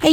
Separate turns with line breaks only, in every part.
Hey,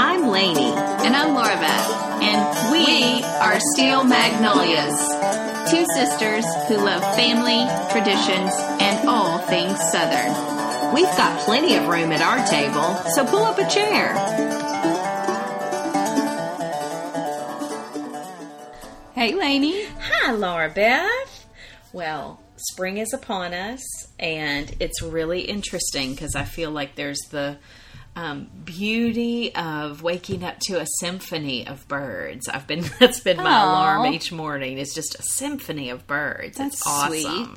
I'm Lainey. And I'm Laura Beth. And we, are Steel Magnolias, two sisters who love family, traditions, and all things Southern. We've got plenty of room at our table, so pull up a chair. Hey, Lainey.
Hi, Laura Beth. Well, spring is upon us, and it's really interesting because I feel like there's the um, beauty of waking up to a symphony of birds. I've been that's been my
Aw.
alarm each morning. It's just a symphony of birds. it's awesome.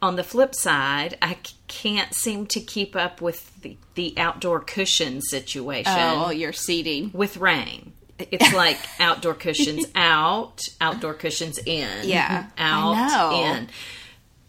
On the flip side, I c- can't seem to keep up with the, the outdoor cushion situation
Oh, you're seating.
with rain. It's like outdoor cushions out, outdoor cushions in.
Yeah, I
Out,
know.
in.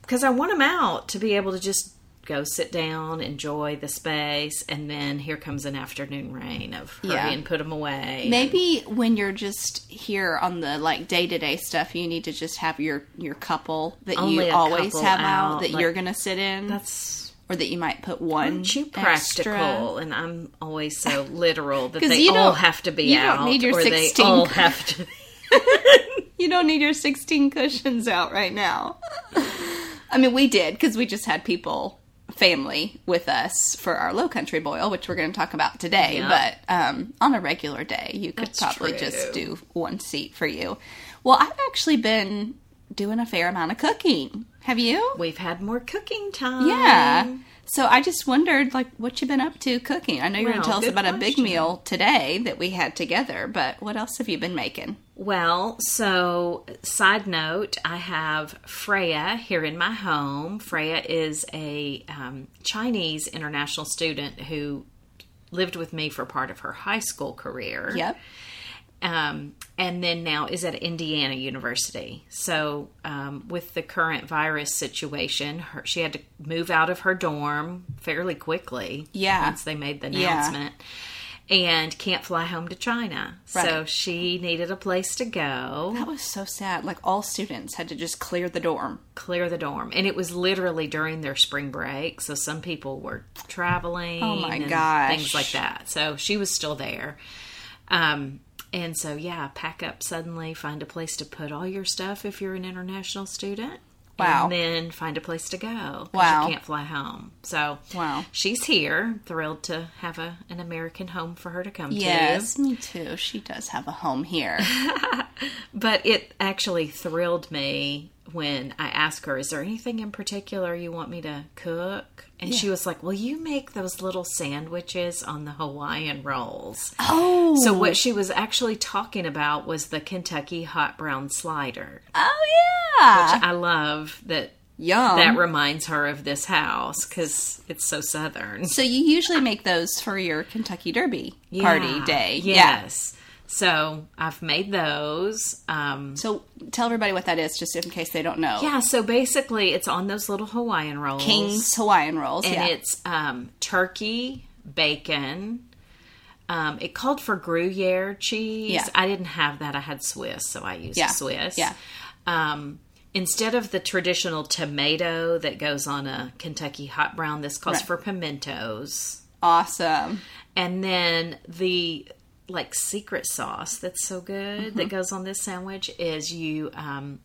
Because I want them out to be able to just go sit down, enjoy the space, and then here comes an afternoon rain of hurry
Yeah.
and put them away.
Maybe when you're just here on the like day to day stuff, you need to just have your your couple that
Only
you
a
always
couple
have out,
out,
that
like-
you're gonna sit in,
That's
or that you might put one
too
extra.
practical, and I'm always so literal that
'Cause
they
you
all
don't-
have to be
you don't
out,
need your
or they
16
all have to.
You don't need your 16 cushions out right now. I mean, we did because we just had people, family, with us for our low country boil, which we're going to talk about today.
Yeah.
But um, on a regular day, you could
That's
probably
true.
just do one seat for you. Well, I've actually been doing a fair amount of cooking. Have you?
We've had more cooking time. Um,
Yeah. So I just wondered, like, what you've been up to cooking. I know you're going
Wow,
to tell us
good
about a big
question.
meal today that we had together, but what else have you been making?
Well, so side note, I have Freya here in my home. Freya is a um, Chinese international student who lived with me for part of her high school career.
Yep.
Um, and then now is at Indiana University. So, um, with the current virus situation, her, she had to move out of her dorm fairly quickly.
Yeah.
Once they made the
Yeah.
announcement. And can't fly home to China. So
Right.
she needed a place to go.
That was so sad. Like all students had to just clear the dorm.
clear the dorm and it was literally during their spring break so some people were traveling
Oh my
and
gosh.
things like that so she was still there um and so yeah pack up suddenly find a place to put all your stuff if you're an international student
Wow.
and then find a place to go 'cause
Wow.
you can't fly home so
Wow.
she's here thrilled to have a, an american home for her to come to
Yes, me too. She does have a home here.
But it actually thrilled me when I asked her, Is there anything in particular you want me to cook? And she was like, Well, you make those little sandwiches on the Hawaiian rolls.
Oh,
So, what she was actually talking about was the Kentucky hot brown slider.
oh yeah,
I love that
yum.
that reminds her of this house because it's so southern.
so you usually make those for your Kentucky Derby party
Yeah.
day. Yeah.
Yes. So, I've made those. Um,
So tell everybody what that is, just in case they don't know.
Yeah, so basically it's on those little Hawaiian rolls.
King's Hawaiian rolls.
And
yeah.
it's um, turkey, bacon. Um, it called for Gruyere cheese.
Yeah.
I didn't have that. I had Swiss, so I used
Yeah.
Swiss.
Yeah.
Um, instead of the traditional tomato that goes on a Kentucky hot brown, this calls for pimentos.
awesome.
And then the like
Mm-hmm.
secret sauce that's so good that goes on this sandwich is you um,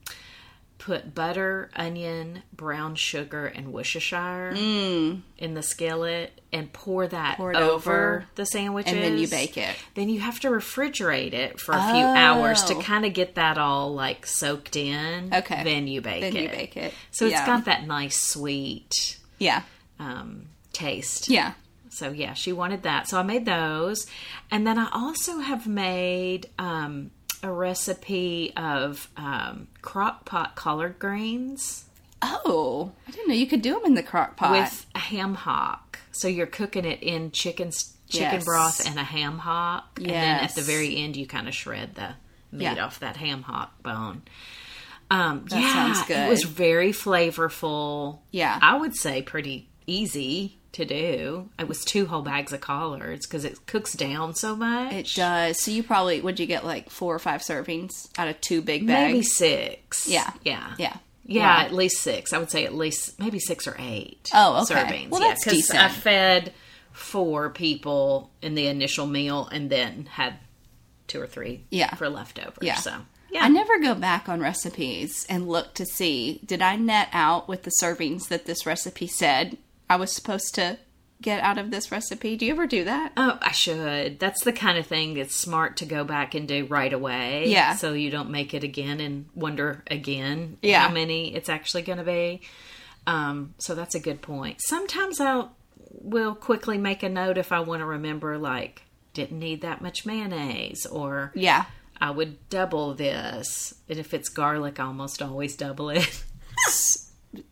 put butter, onion, brown sugar, and Worcestershire in the skillet and pour that
Mm. Pour it
over,
over,
the sandwiches.
and then you bake it.
Then you have to refrigerate it for a few hours to
Oh.
kind of get that all like soaked in.
Okay.
Then you bake
Then
it.
you bake it.
So it's
Yeah.
got that nice sweet
Yeah.
um, taste.
Yeah.
So yeah, she wanted that. So I made those, and then I also have made um, a recipe of um, crock pot collard greens
Oh, I didn't know you could do them in the crock pot.
with a ham hock. So you're cooking it in chicken s- chicken
Yes.
broth and a ham hock, and then at the
Yes.
very end you kind of shred the meat
Yeah.
off that ham hock bone. Um, yeah,
sounds
it was
good.
very flavorful.
Yeah.
I would say pretty easy to do. It was two whole bags of collards because it cooks down so much.
it does. So you probably would you get like four or five servings out of two big bags?
maybe six.
Yeah.
yeah,
Yeah.
Yeah,
Wow.
at least six. I would say at least maybe six or eight.
Oh, okay.
Servings.
Well,
Yeah,
that's
'cause
decent.
I fed four people in the initial meal, and then had two or three.
Yeah.
for leftovers.
Yeah.
So yeah,
I never go back on recipes and look to see did I net out with the servings that this recipe said I was supposed to get out of this recipe. Do you ever do that?
Oh, I should. That's the kind of thing that's smart to go back and do right away.
Yeah.
So you don't make it again and wonder again
Yeah.
how many it's actually going to be. Um, so that's a good point. Sometimes I will quickly make a note if I want to remember, like, didn't need that much mayonnaise or
Yeah.
I would double this. And if it's garlic, I almost always double it.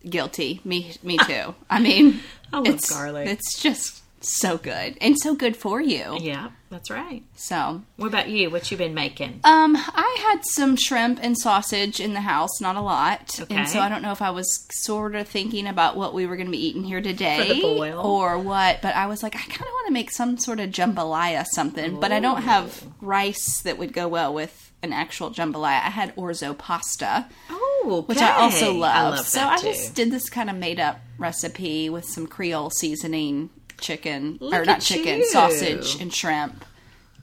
Guilty. Me me too. I mean,
I love
it's
garlic.
It's just so good and so good for you.
yeah, that's right.
So,
What about you? What you been making?
Um, I had some shrimp and sausage in the house, not a lot, and so
Okay.
I don't know if I was sort of thinking about what we were going to be eating here today,
boil.
or what. But I was like, I kind of want to make some sort of jambalaya something, but I don't have rice that would go well with an actual jambalaya. I had orzo pasta,
oh,
which I also
okay.
love.
I love
so
that
I just
too.
did this kind of made up recipe with some Creole seasoning, chicken or
Look
not
at
chicken,
you.
sausage and shrimp,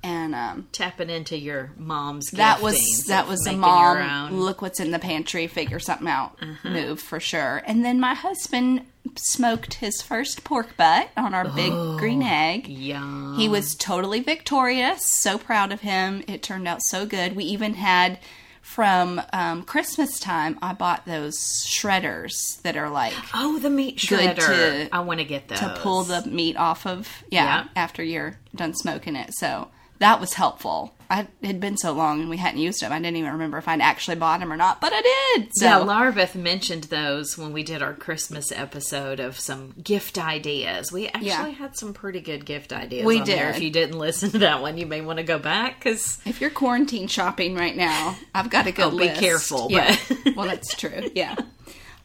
and um,
tapping into your mom's
that
giftings
was
of
that was a
making your
mom
own. Uh-huh.
look what's in the pantry figure something out move for sure and then my husband smoked his first pork butt on our big green egg
Oh, Yum.
he was totally victorious so proud of him it turned out so good we even had from um, christmas time i bought those shredders that are like
Oh, the meat
Good
shredder.
to-
I want to get those.
to pull the meat off of yeah,
Yeah.
after you're done smoking it so that was helpful i it had been so long and we hadn't used them i didn't even remember if i'd actually bought them or not but i did so
Yeah, Larveth mentioned those when we did our Christmas episode of some gift ideas. We actually
Yeah.
had some pretty good gift ideas.
We
on there.
did.
If you didn't listen to that one, you may want to go back because
if you're quarantine shopping right now i've got a good
Oh, be
list.
careful,
yeah
but-
well that's true yeah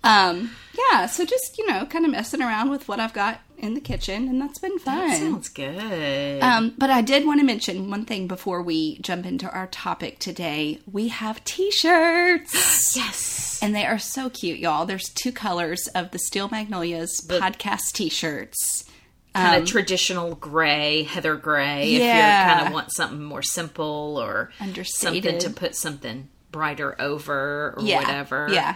um yeah so just you know kind of messing around with what i've got in the kitchen and that's been fun
that sounds good.
Um, but I did want to mention one thing before we jump into our topic today. We have t-shirts.
yes.
And they are so cute, y'all. There's two colors of the Steel Magnolias podcast t shirts.
Kind
Um,
of traditional gray, heather gray. If you
Yeah.
kind of want something more simple or something
Understated.
to put something brighter over or
Yeah.
whatever.
Yeah.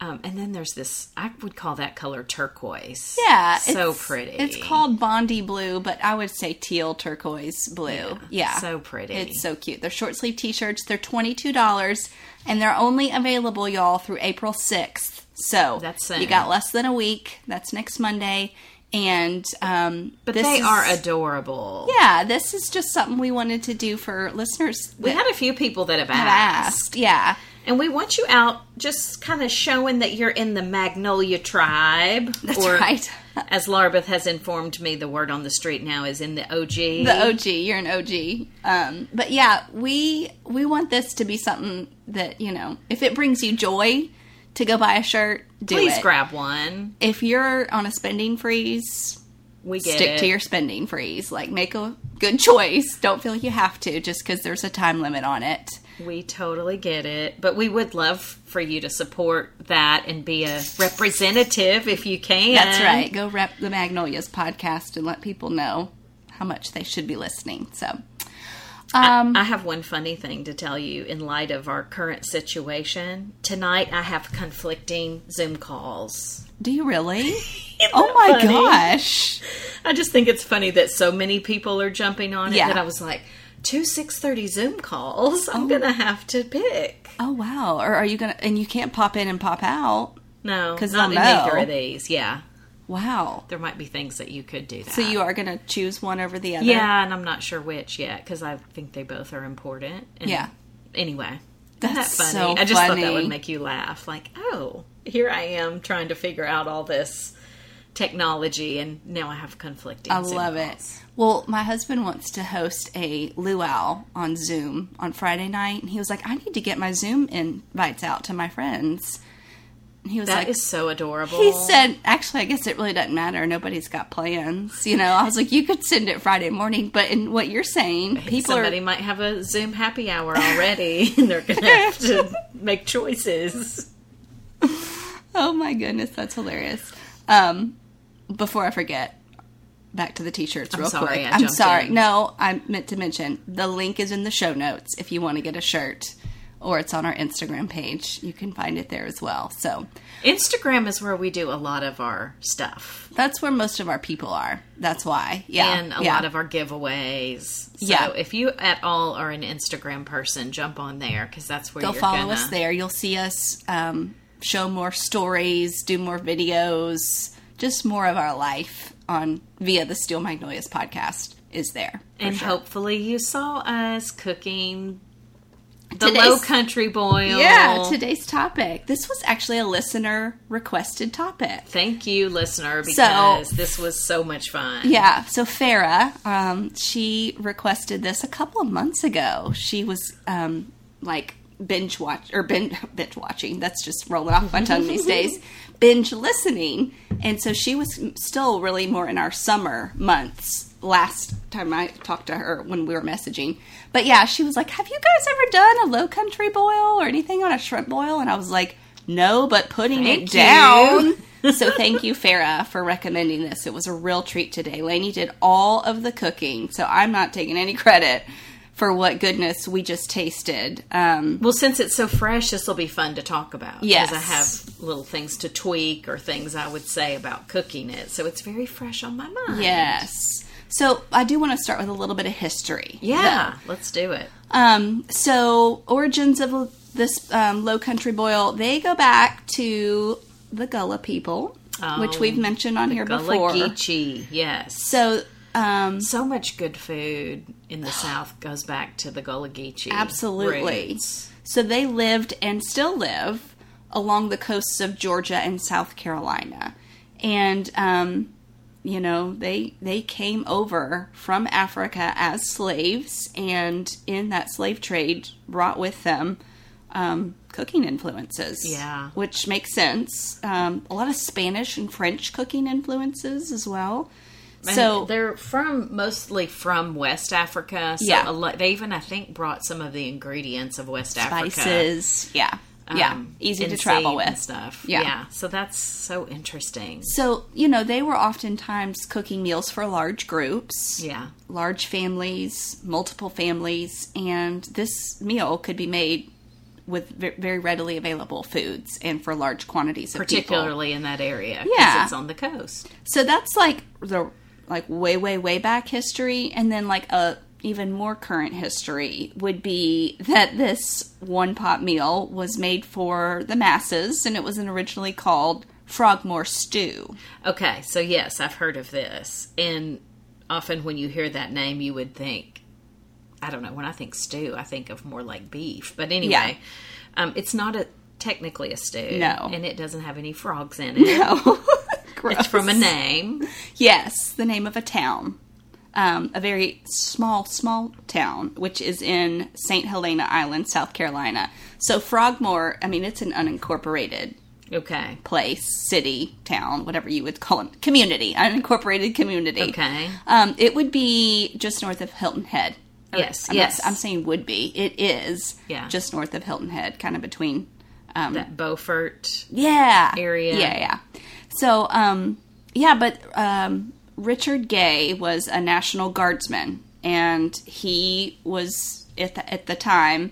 Um, and then there's this, I would call that color turquoise.
Yeah.
So
it's-
pretty.
It's called Bondi Blue, but I would say teal turquoise blue. Yeah.
So pretty.
It's uh, so cute. They're short sleeve t shirts. They're $22, and they're only available, y'all, through April 6th. So
That's soon.
you got less than a week. That's next Monday. And um,
but
this
they
is-
are adorable.
yeah, this is just something we wanted to do for listeners
We
that
had a few people that have asked.
have asked. Yeah.
And we want you out just kind of showing that you're in the Magnolia tribe.
That's right.
as Larbeth has informed me, the word on the street now is in the OG.
the OG. You're an OG. Um, but yeah, we we want this to be something that you know, if it brings you joy to go buy a shirt, do
Please
it.
grab one.
If you're on a spending freeze,
We get
stick
it.
to your spending freeze. Like make a good choice. Don't feel you have to just because there's a time limit on it.
We totally get it, but we would love for you to support that and be a representative if you can.
That's right. Go rep the Magnolias podcast and let people know how much they should be listening. So,
Um, I, I have one funny thing to tell you in light of our current situation. Tonight I have conflicting Zoom calls.
Do you really? oh my
funny?
gosh.
I just think it's funny that so many people are jumping on it
Yeah.
that I was like, two six thirty Zoom calls. I'm gonna have to pick.
Oh wow. Or are you gonna? And you can't pop in and pop out.
No,
'Cause
not
they'll
in
know.
either of these. Yeah,
Wow.
there might be things that you could do. That.
So you are gonna choose one over the other.
Yeah, and I'm not sure which yet because I think they both are important. And
Yeah.
Anyway,
That's
that's that funny.
so
I just thought
funny.
that would make you laugh. Like, oh, here I am trying to figure out all this technology, and now I have conflicting.
I
Zoom
love it.
calls.
Well, my husband wants to host a luau on Zoom on Friday night, and he was like, "I need to get my Zoom invites out to my friends." And he was
That is
like,
so adorable.
He said, actually, I guess it really doesn't matter. Nobody's got plans. You know, I was like, you could send it Friday morning, but in what you're saying, people
Somebody
are.
might have a Zoom happy hour already, and they're going to have to make choices.
Oh my goodness, that's hilarious. Um, before I forget, back to the t shirts real
sorry,
quick.
I
I'm
jumped
sorry.
in.
No, I meant to mention the link is in the show notes if you want to get a shirt, or it's on our Instagram page. You can find it there as well. So
Instagram is where we do a lot of our stuff
that's where most of our people are. That's why. Yeah.
and a
yeah.
lot of our giveaways. So
Yeah.
if you at all are an Instagram person, jump on there because that's where
go
you're
follow
gonna,
us there. You'll see us um, show more stories, do more videos, just more of our life on via the Steel Magnolias podcast is there. for
And
sure.
hopefully you saw us cooking the
Today's-
low country boil.
yeah, today's topic. This was actually a listener requested topic.
Thank you, listener, because this was so much fun.
Yeah, so Farah, um, she requested this a couple of months ago. She was um, like binge watch or binge, binge watching. That's just rolling off my tongue these days. Binge listening, and so she was still really more in our summer months. Last time I talked to her when we were messaging, but yeah, she was like, "Have you guys ever done a low country boil or anything on a shrimp boil?" And I was like, "No, but putting it
Thank you.
down." so thank you, Farah, for recommending this. It was a real treat today. Lainey did all of the cooking, so I'm not taking any credit for what goodness we just tasted. Um,
Well, since it's so fresh, this will be fun to talk about.
Yes.
Because I have little things to tweak or things I would say about cooking it. So it's very fresh on my mind.
yes. So I do want to start with a little bit of history.
Yeah. Let's do it.
Um, so origins of this um, low country boil, they go back to the Gullah people, which
Oh,
we've mentioned on here before.
Gullah Geechee, yes.
So um,
So much good food in the South goes back to the Gullah Geechee.
Absolutely.
roots.
So they lived and still live along the coasts of Georgia and South Carolina, and um, you know they they came over from Africa as slaves, and in that slave trade brought with them um, cooking influences.
Yeah.
which makes sense. Um, a lot of Spanish and French cooking influences as well.
And
so
they're from mostly from West Africa. So
Yeah.
a lot, they even I think brought some of the ingredients of West Africa.
spices, yeah, yeah,
um,
easy to
and
travel
seed and
with.
stuff.
Yeah.
So that's so interesting.
So, you know, they were oftentimes cooking meals for large groups,
Yeah.
large families, multiple families, and this meal could be made with ve- very readily available foods and for large quantities of people.
particularly in that area because
Yeah.
it's on the coast.
So that's like the like way way way back history and then like a even more current history would be that this one pot meal was made for the masses and it was originally called Frogmore stew.
Okay, so yes, I've heard of this, and often when you hear that name, you would think, I don't know. When I think stew, I think of more like beef. But anyway, um, it's not a technically a stew,
No.
and it doesn't have any frogs in it. It's from a name.
Yes, the name of a town. Um, a very small, small town, which is in St. Helena Island, South Carolina. So, Frogmore, I mean, it's an unincorporated
Okay.
place, city, town, whatever you would call it, community, unincorporated community.
Okay.
Um, it would be just north of Hilton Head. Or,
Yes,
I'm not-
yes.
I'm saying would be. It is
Yeah.
just north of Hilton Head, kind of between
That Beaufort.
yeah
area.
yeah yeah so um yeah but um richard gay was a national guardsman and he was at the, at the time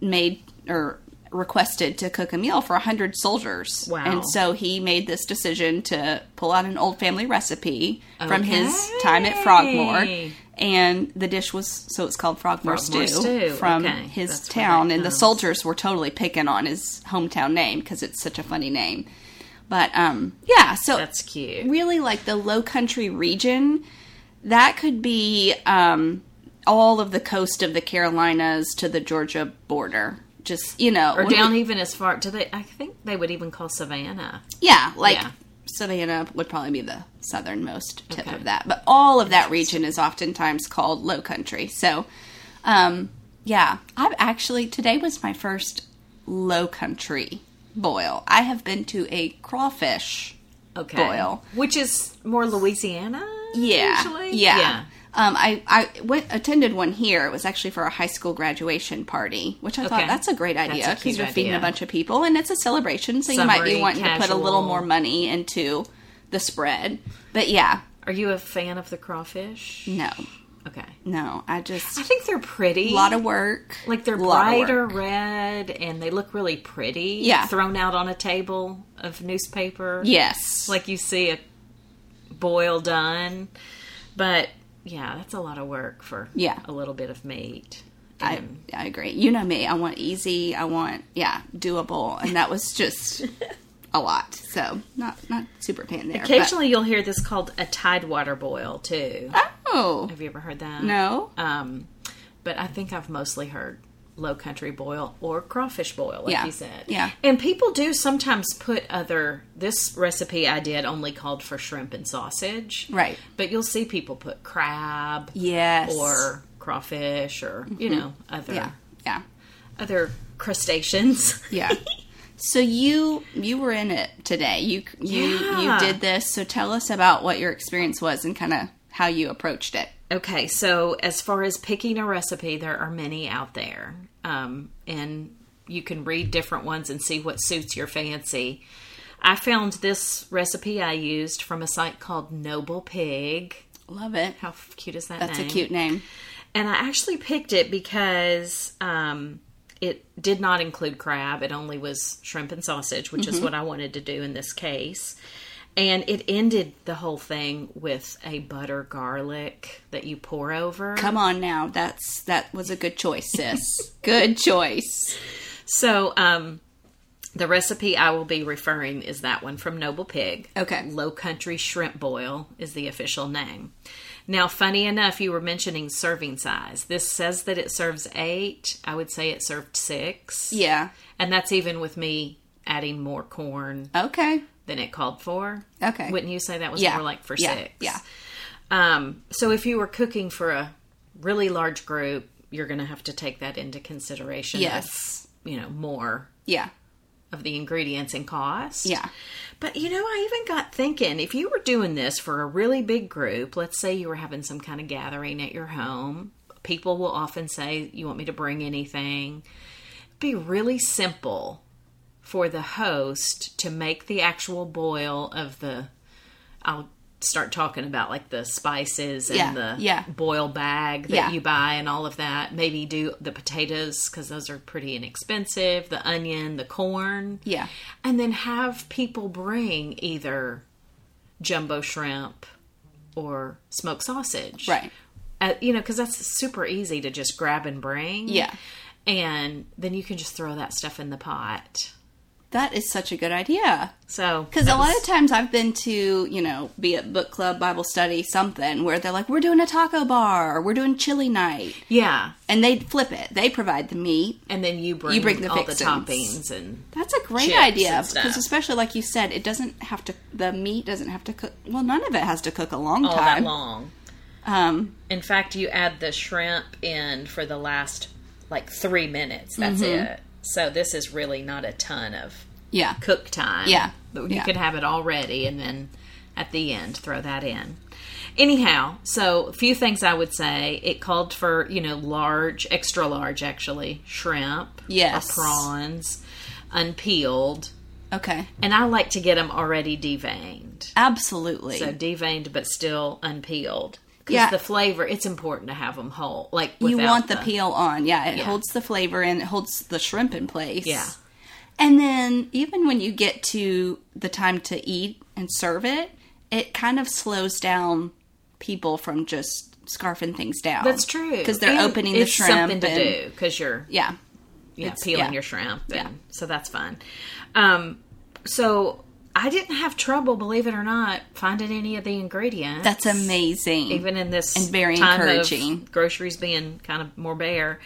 made or requested to cook a meal for 100 soldiers.
Wow.
And so he made this decision to pull out an old family recipe from his time at Frogmore.
Okay.
And the dish was, so it's called Frogmore,
Frogmore
stew,
stew.
from
Okay.
his
That's where
town.
that
And the
comes.
soldiers were totally picking on his hometown name because it's such a funny name. But um, yeah, so
That's cute.
really like the low country region that could be um, all of the coast of the carolinas to the georgia border just you know
or
we-
down even as far do they i think they would even call savannah
yeah like
yeah.
savannah would probably be the southernmost tip
Okay.
of that but all of that region is oftentimes called low country so um, yeah i've actually today was my first low country boil i have been to a crawfish
okay
Boil.
which is more louisiana
yeah,
usually?
Yeah.
yeah
Um, I, I went, attended one here. It was actually for a high school graduation party, which I
Okay.
thought that's a great idea
a cute
because you're feeding a
idea.
bunch of people and it's a celebration, so you might
Summery,
be wanting to put a little
casual.
more money into the spread. But yeah,
are you a fan of the crawfish
no,
okay
no, I
i
just
think they're pretty
a lot of work.
like they're
lot of
brighter
work.
red and they look really pretty
Yeah.
thrown out on a table of newspaper
Yes,
like you see a boil done but yeah that's a lot of work for
Yeah.
a little bit of meat
I,
And-
I agree. You know me. I want easy. I want yeah, doable, and that was just a lot. So not not super fan there. but-
Occasionally, you'll hear this called a tidewater boil too.
oh
Have you ever heard that?
no.
Um, but I think I've mostly heard low country boil or crawfish boil, like
Yeah.
you said.
Yeah.
And people do sometimes put other. This recipe I did only called for shrimp and sausage.
Right.
But you'll see people put crab
Yes. Mm-hmm.
or crawfish or you know other
yeah, yeah,
other crustaceans.
yeah. so you you were in it today. You you
Yeah.
you did this. So tell us about what your experience was and kind of how you approached it.
Okay, so as far as picking a recipe, there are many out there, um, and you can read different ones and see what suits your fancy. I found this recipe I used from a site called Noble Pig.
Love it.
How f- cute is that?
That's
name?
a cute name.
And I actually picked it because um, it did not include crab. It only was shrimp and sausage, which
Mm-hmm.
is what I wanted to do in this case. And it ended the whole thing with a butter garlic that you pour over.
Come on now. That's that was a good choice, sis. good choice.
So, um, the recipe I will be referring is that one from Noble Pig.
Okay.
Low Country Shrimp Boil is the official name. Now, funny enough, you were mentioning serving size. This says that it serves eight. I would say it served six.
Yeah.
And that's even with me adding more corn
Okay.
than it called for.
Okay.
Wouldn't you say that was
Yeah.
more like for
Yeah.
six?
Yeah.
Um, so if you were cooking for a really large group, you're going to have to take that into consideration.
Yes.
Of, you know, more
Yeah.
of the ingredients and cost.
Yeah.
But you know, I even got thinking if you were doing this for a really big group, let's say you were having some kind of gathering at your home, people will often say, You want me to bring anything? Be really simple for the host to make the actual boil of the. I'll start talking about like the spices and
Yeah,
the
yeah.
boil bag that
Yeah.
you buy and all of that. Maybe do the potatoes because those are pretty inexpensive, the onion, the corn
Yeah.
and then have people bring either jumbo shrimp or smoked sausage
Right.
uh, you know because that's super easy to just grab and bring
Yeah.
and then you can just throw that stuff in the pot
That is such a good idea.
so
Because a lot of times I've been to, you know, be it book club, Bible study, something where they're like, we're doing a taco bar, or we're doing chili night.
yeah
and they flip it. They provide the meat.
and then you bring,
You bring the
all the
fixins.
toppings and
That's a great
Chips
idea
and stuff.
because, especially like you said, it doesn't have to. The meat doesn't have to cook. Well, none of it has to cook a long
all
time.
that long
Um,
in fact you add the shrimp in for the last like three minutes that's
Mm-hmm.
it so this is really not a ton of
yeah,
cook time.
Yeah.
But you
Yeah.
could have it all ready and then at the end throw that in. Anyhow, so a few things I would say. It called for, you know, large, extra large actually, shrimp
Yes.
or prawns, unpeeled.
okay,
And I like to get them already deveined.
absolutely.
So deveined but still unpeeled. because
Yeah.
the flavor. It's important to have them whole. Like
You
without
want the, peel on. Yeah, it
Yeah.
holds the flavor and it holds the shrimp in place.
Yeah.
And then even when you get to the time to eat and serve it, it kind of slows down people from just scarfing things down.
That's true
Because they're
And
opening the
it's
shrimp.
Something to
and,
do because you're
Yeah.
yeah,
It's-
peeling
yeah.
your shrimp. And,
Yeah.
So that's fun. Um, so I didn't have trouble, believe it or not, finding any of the ingredients.
That's amazing.
Even in this
And very
time of
encouraging.
groceries being kind of more bare.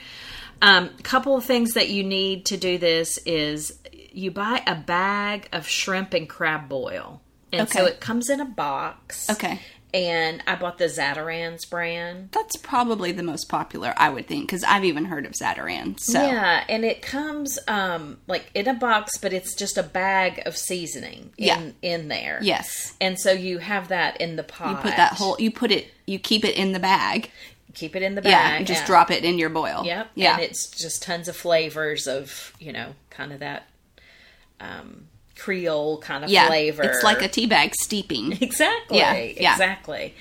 Um, couple of things that you need to do this is you buy a bag of shrimp and crab boil. And so
Okay.
it comes in a box.
Okay.
And I bought the Zatarans brand.
That's probably the most popular, I would think, because I've even heard of Zataran. So
Yeah, and it comes um like in a box, but it's just a bag of seasoning in
Yeah.
in there.
yes,
And so you have that in the pot.
you put that whole, you put it, you keep it in the bag.
keep it in the bag.
Yeah, and just drop it in your boil.
Yep.
Yeah.
And it's just tons of flavors of, you know, kind of that um Creole kind of
yeah.
flavor.
It's like a tea bag steeping.
Exactly.
Yeah, yeah.
Exactly.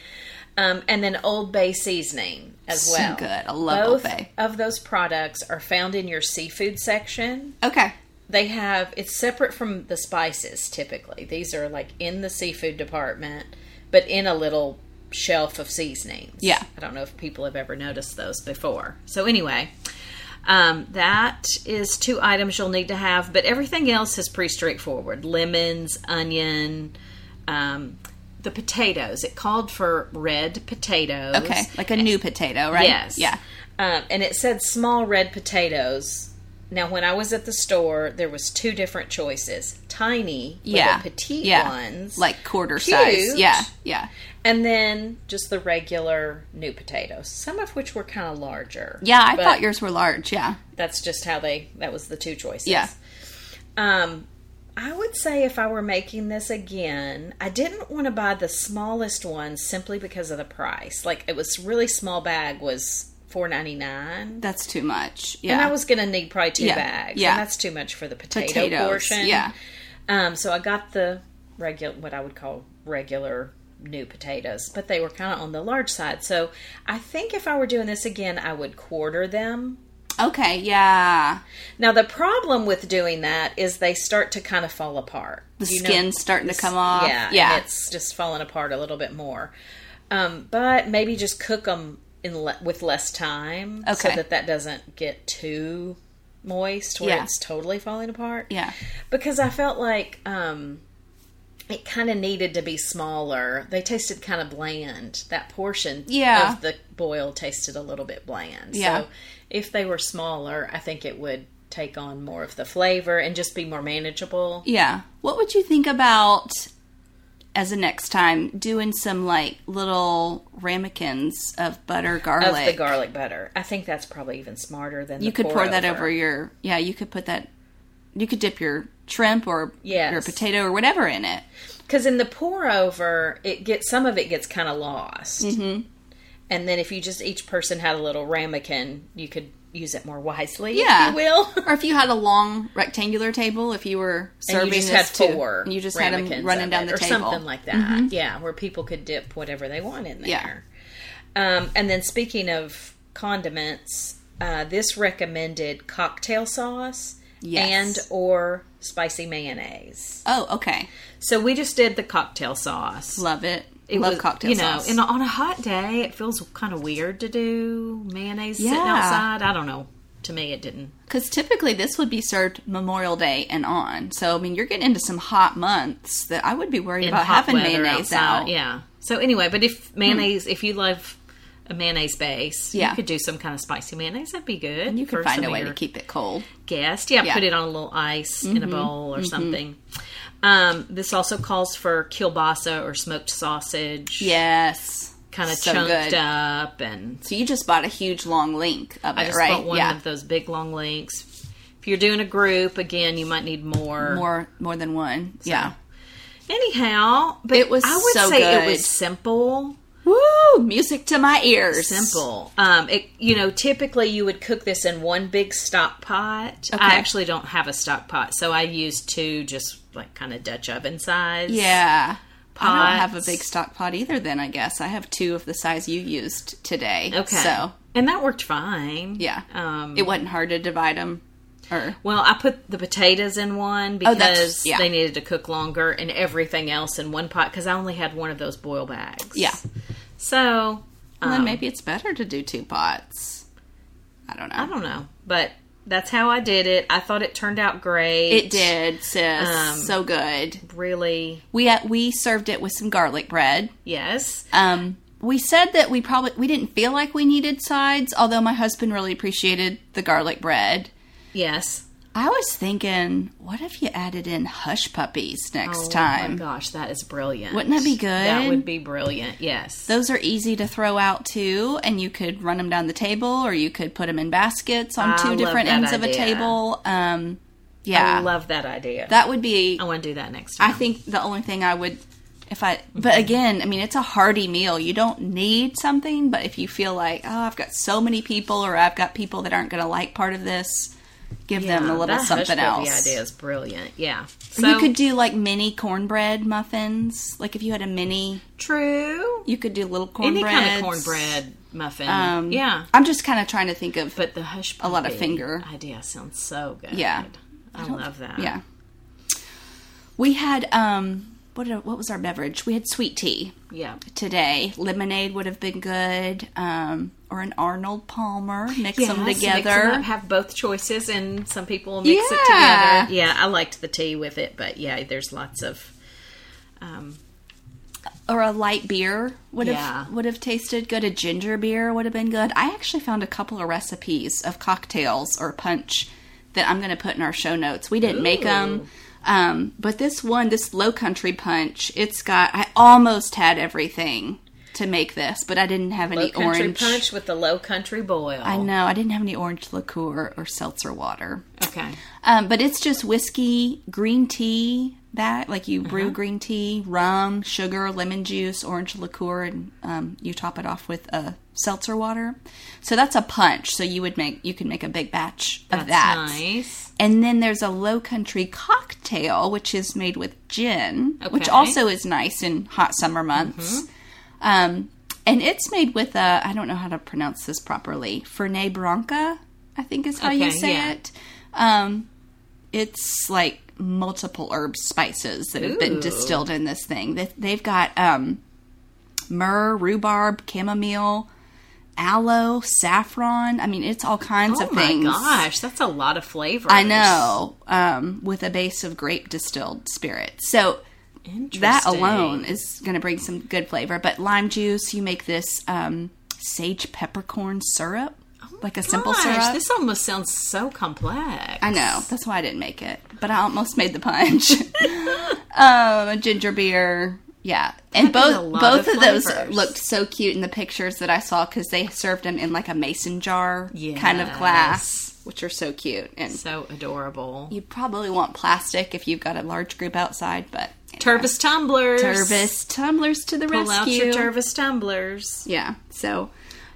Um, and then Old Bay seasoning as
So
well.
good. I love
Both
Old Bay.
of those products are found in your seafood section.
Okay.
they have it's separate from the spices typically these are like in the seafood department but in a little shelf of seasonings
Yeah.
i don't know if people have ever noticed those before so anyway um, that is two items you'll need to have but everything else is pretty straightforward lemons onion um, the potatoes it called for red potatoes
Okay. Like a new potato, right?
Yes.
Yeah.
Um, and it said small red potatoes. Now, when I was at the store, there was two different choices: tiny,
Yeah.
little petite
yeah.
ones,
Like quarter
cute,
size. Yeah. Yeah.
and then just the regular new potatoes. Some of which were kind of larger.
Yeah. I
but
thought yours were large. Yeah.
That's just how they. That was the two choices.
Yeah.
Um, I would say if I were making this again, I didn't want to buy the smallest one simply because of the price. Like it was really small bag was four ninety nine.
That's too much. Yeah.
And I was going to need probably two
Yeah,
bags.
yeah.
And that's too much for the potato
Potatoes,
portion.
yeah.
Um, so I got the regular, what I would call regular new potatoes, but they were kind of on the large side. So I think if I were doing this again, I would quarter them.
okay. Yeah.
Now, the problem with doing that is they start to kind of fall apart.
The
You know-
skin's starting to come off.
Yeah. and
Yeah.
it's just falling apart a little bit more. Um, but maybe just cook them in le- with less time so
Okay.
that that doesn't get too moist where
Yeah.
it's totally falling apart.
Yeah.
Because I felt like um, it kind of needed to be smaller. They tasted kind of bland. That portion
Yeah.
of the boil tasted a little bit bland.
Yeah.
So if they were smaller, I think it would take on more of the flavor and just be more manageable.
Yeah. What would you think about as a next time doing some like little ramekins of butter garlic?
Of the garlic butter. I think that's probably even smarter than
you
the
could pour that over your yeah. You could put that. You could dip your shrimp or
Yes.
your potato or whatever in it.
because in the pour over, it gets some of it gets kind of lost. Mm-hmm. And then if you just each person had a little ramekin, you could use it more wisely.
Yeah.
if you will.
or if you had a long rectangular table, if you were
And
serving
you just
this
had
to-
four.
and you just had
ramekins
them running
of
down
it
the
or
table, Mm-hmm.
something like that. Yeah, where people could dip whatever they want in
Yeah.
there. Um, and then speaking of condiments, uh, this recommended cocktail sauce
Yes.
and or spicy mayonnaise.
Oh, okay,
So we just did the cocktail sauce.
love it.
It
love
was-
cocktail
you
sauce.
know, and on a hot day, it feels kind of weird to do mayonnaise sitting
Yeah.
outside. I don't know. To me, it didn't.
Because typically this would be served Memorial Day and on. So I mean, you're getting into some hot months that I would be worried
in
about
hot
having
weather
mayonnaise
outside.
out. Hmm.
Yeah. So anyway, but if mayonnaise, if you love a mayonnaise base,
Yeah.
you could do some kind of spicy mayonnaise. That'd be good.
You could find a way to keep it cold.
guest. Yeah,
Yeah. Mm-hmm.
put it on a little ice in a bowl or something. Um, this also calls for kielbasa or smoked sausage.
Yes,
Kind of
so
chunked
good.
up and
So you just bought a huge long link of
I
it,
just
right?
bought one
yeah,
of those big long links. If you're doing a group, again, you might need more.
more more than one. Yeah.
Anyhow, but
It was
I would
so
say it
good.
was simple.
Woo! Music to my ears.
Simple. Um, it, you know, typically you would cook this in one big stock pot.
Okay.
I actually don't have a stock pot, so I use two just like kind of Dutch oven size.
Yeah.
pots.
I don't have a big stock pot either. Then I guess I have two of the size you used today.
Okay.
So
and that worked fine.
yeah,
Um,
it wasn't hard to divide them. Or
Well, I put the potatoes in one
Oh, that's-
because
yeah.
they needed to cook longer, and everything else in one pot because I only had one of those boil bags.
Yeah.
So
well,
Um,
then maybe it's better to do two pots. I don't know.
I don't know, but that's how I did it. I thought it turned out great.
It did, sis.
Um,
so good.
really.
We uh, we served it with some garlic bread.
Yes.
Um, we said that we probably we didn't feel like we needed sides, although my husband really appreciated the garlic bread.
Yes.
I was thinking, what if you added in hush puppies next
oh my
time?
gosh, that is brilliant.
Wouldn't that be good?
That would be brilliant. Yes.
Those are easy to throw out too, and you could run them down the table, or you could put them in baskets on
I
two
love
different
that
ends of a
idea.
table. Um,
I
yeah,
love that idea.
that would be.
I want to do that next time.
I think the only thing I would, if I, but again, I mean, it's a hearty meal. You don't need something, but if you feel like, oh, I've got so many people, or I've got people that aren't going to like part of this, give them a
Yeah,
little
Ah, that
something
hush puppy
else.
idea is brilliant. Yeah.
Or
So
you could do like mini cornbread muffins. Like if you had a mini,
true.
you could do little
Any
cornbread.
kind of cornbread muffin.
Um,
yeah.
I'm just kind of trying to think of.
But the hush puppy
a lot of finger.
idea sounds so good.
Yeah.
I, love that.
yeah. We had um, what what was our beverage? We had sweet tea
Yeah.
today. Lemonade would have been good, um, or an Arnold Palmer. Mix them
Yes,
together.
mix 'em up, have both choices, and some people mix it
Yeah.
together. Yeah, I liked the tea with it, but yeah, there's lots of. Um,
or a light beer would
Yeah.
have would have tasted good. A ginger beer would have been good. I actually found a couple of recipes of cocktails or punch that I'm going to put in our show notes. We didn't 'em. make them, um, but this one, this Low Country punch, it's got. I almost had everything to make this, but I didn't have
low
any
country
orange.
punch with the low country boil.
I know I didn't have any orange liqueur or seltzer water.
Okay.
Um, but it's just whiskey, green tea, that like you brew
Mm-hmm.
green tea, rum, sugar, lemon juice, orange liqueur, and um, you top it off with uh, seltzer water. So that's a punch. So you would make you can make a big batch of
That's
that.
nice.
And then there's a low country cocktail, which is made with gin, which
Okay.
also is nice in hot summer months. Um, and it's made with a, I don't know how to pronounce this properly, Fernet Branca, I think is how you
Okay,
say
yeah.
it. Um, it's like multiple herbs, spices that have been distilled in this thing. They- They've got um, myrrh, rhubarb, chamomile, aloe, saffron. I mean, it's all kinds
Oh
of
my
things.
gosh, that's a lot of flavors.
I know, um, with a base of grape distilled spirit. So that
Interesting.
alone is going to bring some good flavor. But lime juice, you make this um, sage peppercorn syrup, like a simple
Oh Gosh,
syrup.
This almost sounds so complex.
I know. That's why I didn't make it, but I almost made the punch. um, a ginger beer, yeah,
That'd
and
be a
both
lot
both
of
of, those
flavors.
looked so cute in the pictures that I saw because they served them in like a mason jar kind of glass, which are so cute. And
So adorable.
you probably want plastic if you've got a large group outside, but
Turvis tumblers.
Turvis tumblers to the
Pull out
rescue.
your Turvis tumblers.
yeah, so.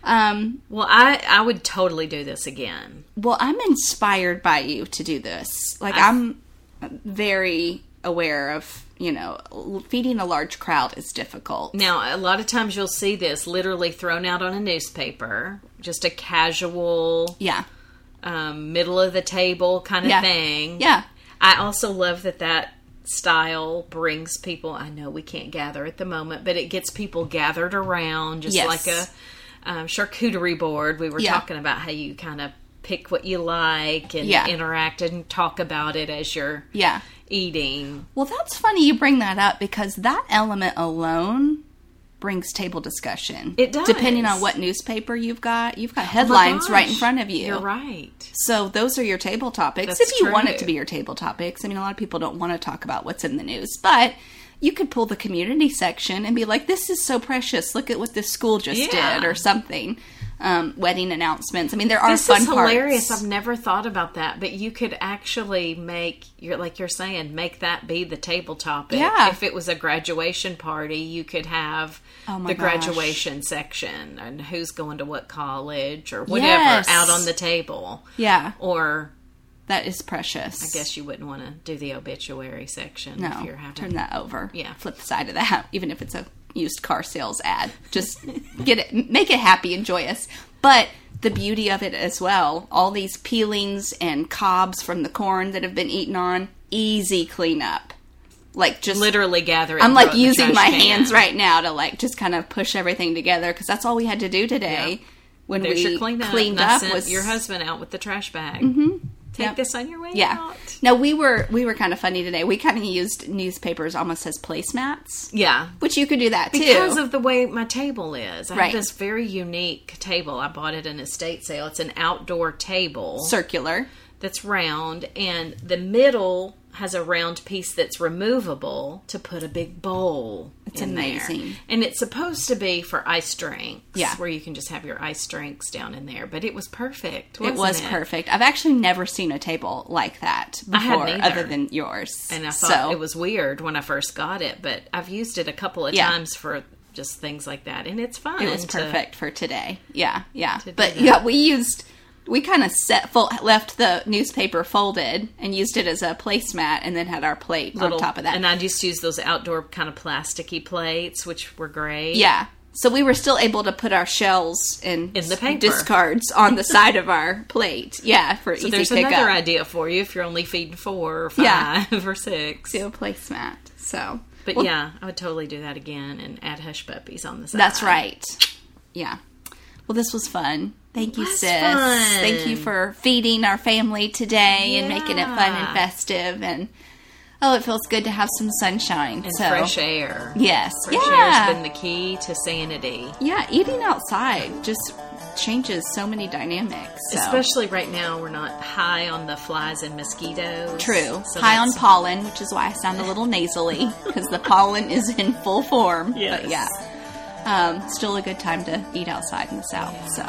Um,
Well, I I would totally do this again.
well, I'm inspired by you to do this. Like, I, am very aware of, you know, l- feeding a large crowd is difficult.
Now, a lot of times you'll see this literally thrown out on a newspaper, just a casual,
Yeah.
um, middle of the table kind of
Yeah.
thing.
Yeah.
I also love that that style brings people. I know we can't gather at the moment, but it gets people gathered around, just
Yes.
like a um, charcuterie board. We were
Yeah.
talking about how you kind of pick what you like and
Yeah.
interact and talk about it as you're
Yeah.
eating.
Well, that's funny you bring that up because that element alone brings table discussion.
It does.
Depending on what newspaper you've got, you've got headlines right in
gosh,
front of you.
You're right.
So those are your table topics.
That's
if you want it
true.
to be your table topics. I mean, a lot of people don't want to talk about what's in the news, but you could pull the community section and be like, "This is so precious. Look at what this school just
Yeah.
did," or something. Um, wedding announcements. I mean, there are
This
fun
is hilarious.
parts.
I've never thought about that, but you could actually make you're like you're saying, make that be the table topic.
Yeah.
If it was a graduation party, you could have
Oh my
the
gosh.
graduation section and who's going to what college or whatever
Yes.
out on the table.
yeah,
Or
That is precious.
I guess you wouldn't want to do the obituary section
no.
if you're having.
turn that over.
Yeah.
flip the side of that. Even if it's a used car sales ad, just get it, make it happy and joyous. But the beauty of it as well, all these peelings and cobs from the corn that have been eaten on, easy cleanup. Like just
Literally gather it.
I'm
and
like
throw it in the
using
trash
my
can.
hands right now to like just kind of push everything together because that's all we had to do today.
Yeah.
When
There's
we
your cleanup.
cleaned
and I
up
sent
was Mm-hmm.
your husband out with the trash bag. Take
Yep.
this on your way
Yeah.
out.
No, we were we were kind of funny today. We kind of used newspapers almost as placemats,
Yeah.
which you could do that too.
Because of the way my table is, I
Right.
have this very unique table. I bought it in an estate sale. It's an outdoor table
circular.
that's round, and the middle has a round piece that's removable to put a big bowl. It's
amazing.
and it's supposed to be for ice drinks.
Yeah.
where you can just have your ice drinks down in there. But it was perfect.
It
Wasn't
was perfect. I've actually never seen a table like that
hadn't
before,
either.
other than yours.
And I thought it was weird when I first got it, but I've used it a couple of
Yeah.
times for just things like that, and it's fun.
it was
to-
perfect for today. Yeah, yeah.
do
But
that.
yeah, we used we kind of set full, left the newspaper folded and used it as a placemat, and then had our plate on top of that.
And I just use those outdoor kind of plasticky plates, which were great.
Yeah. So we were still able to put our shells and
In the paper.
discards on the side of our plate. Yeah, for
So
easy
there's
pickup.
another idea for you if you're only feeding four or five
Yeah.
or six.
Do a placemat. So,
But
Well,
yeah, I would totally do that again and add hush puppies on the side.
that's right. Yeah. Well, this was fun. Thank you, sis. Thank you for feeding our family today and making it fun and
Yeah.
festive. And oh, it feels good to have some sunshine.
And
so
fresh air.
yes,
Fresh
yeah,
air's been the key to sanity.
yeah. Eating outside just changes so many dynamics. So.
Especially right now, we're not high on the flies and mosquitoes.
True.
So
High on
that's-
pollen, which is why I sound a little nasally because the pollen is in full form. But
Yes.
yeah, um, still a good time to eat outside in the south. So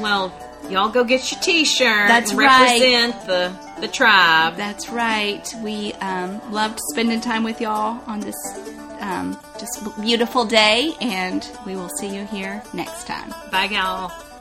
Well, y'all go get your T-shirt.
That's
and
right.
Represent the the tribe.
that's right. We um, loved spending time with y'all on this um, just beautiful day, and we will see you here next time.
Bye, y'all.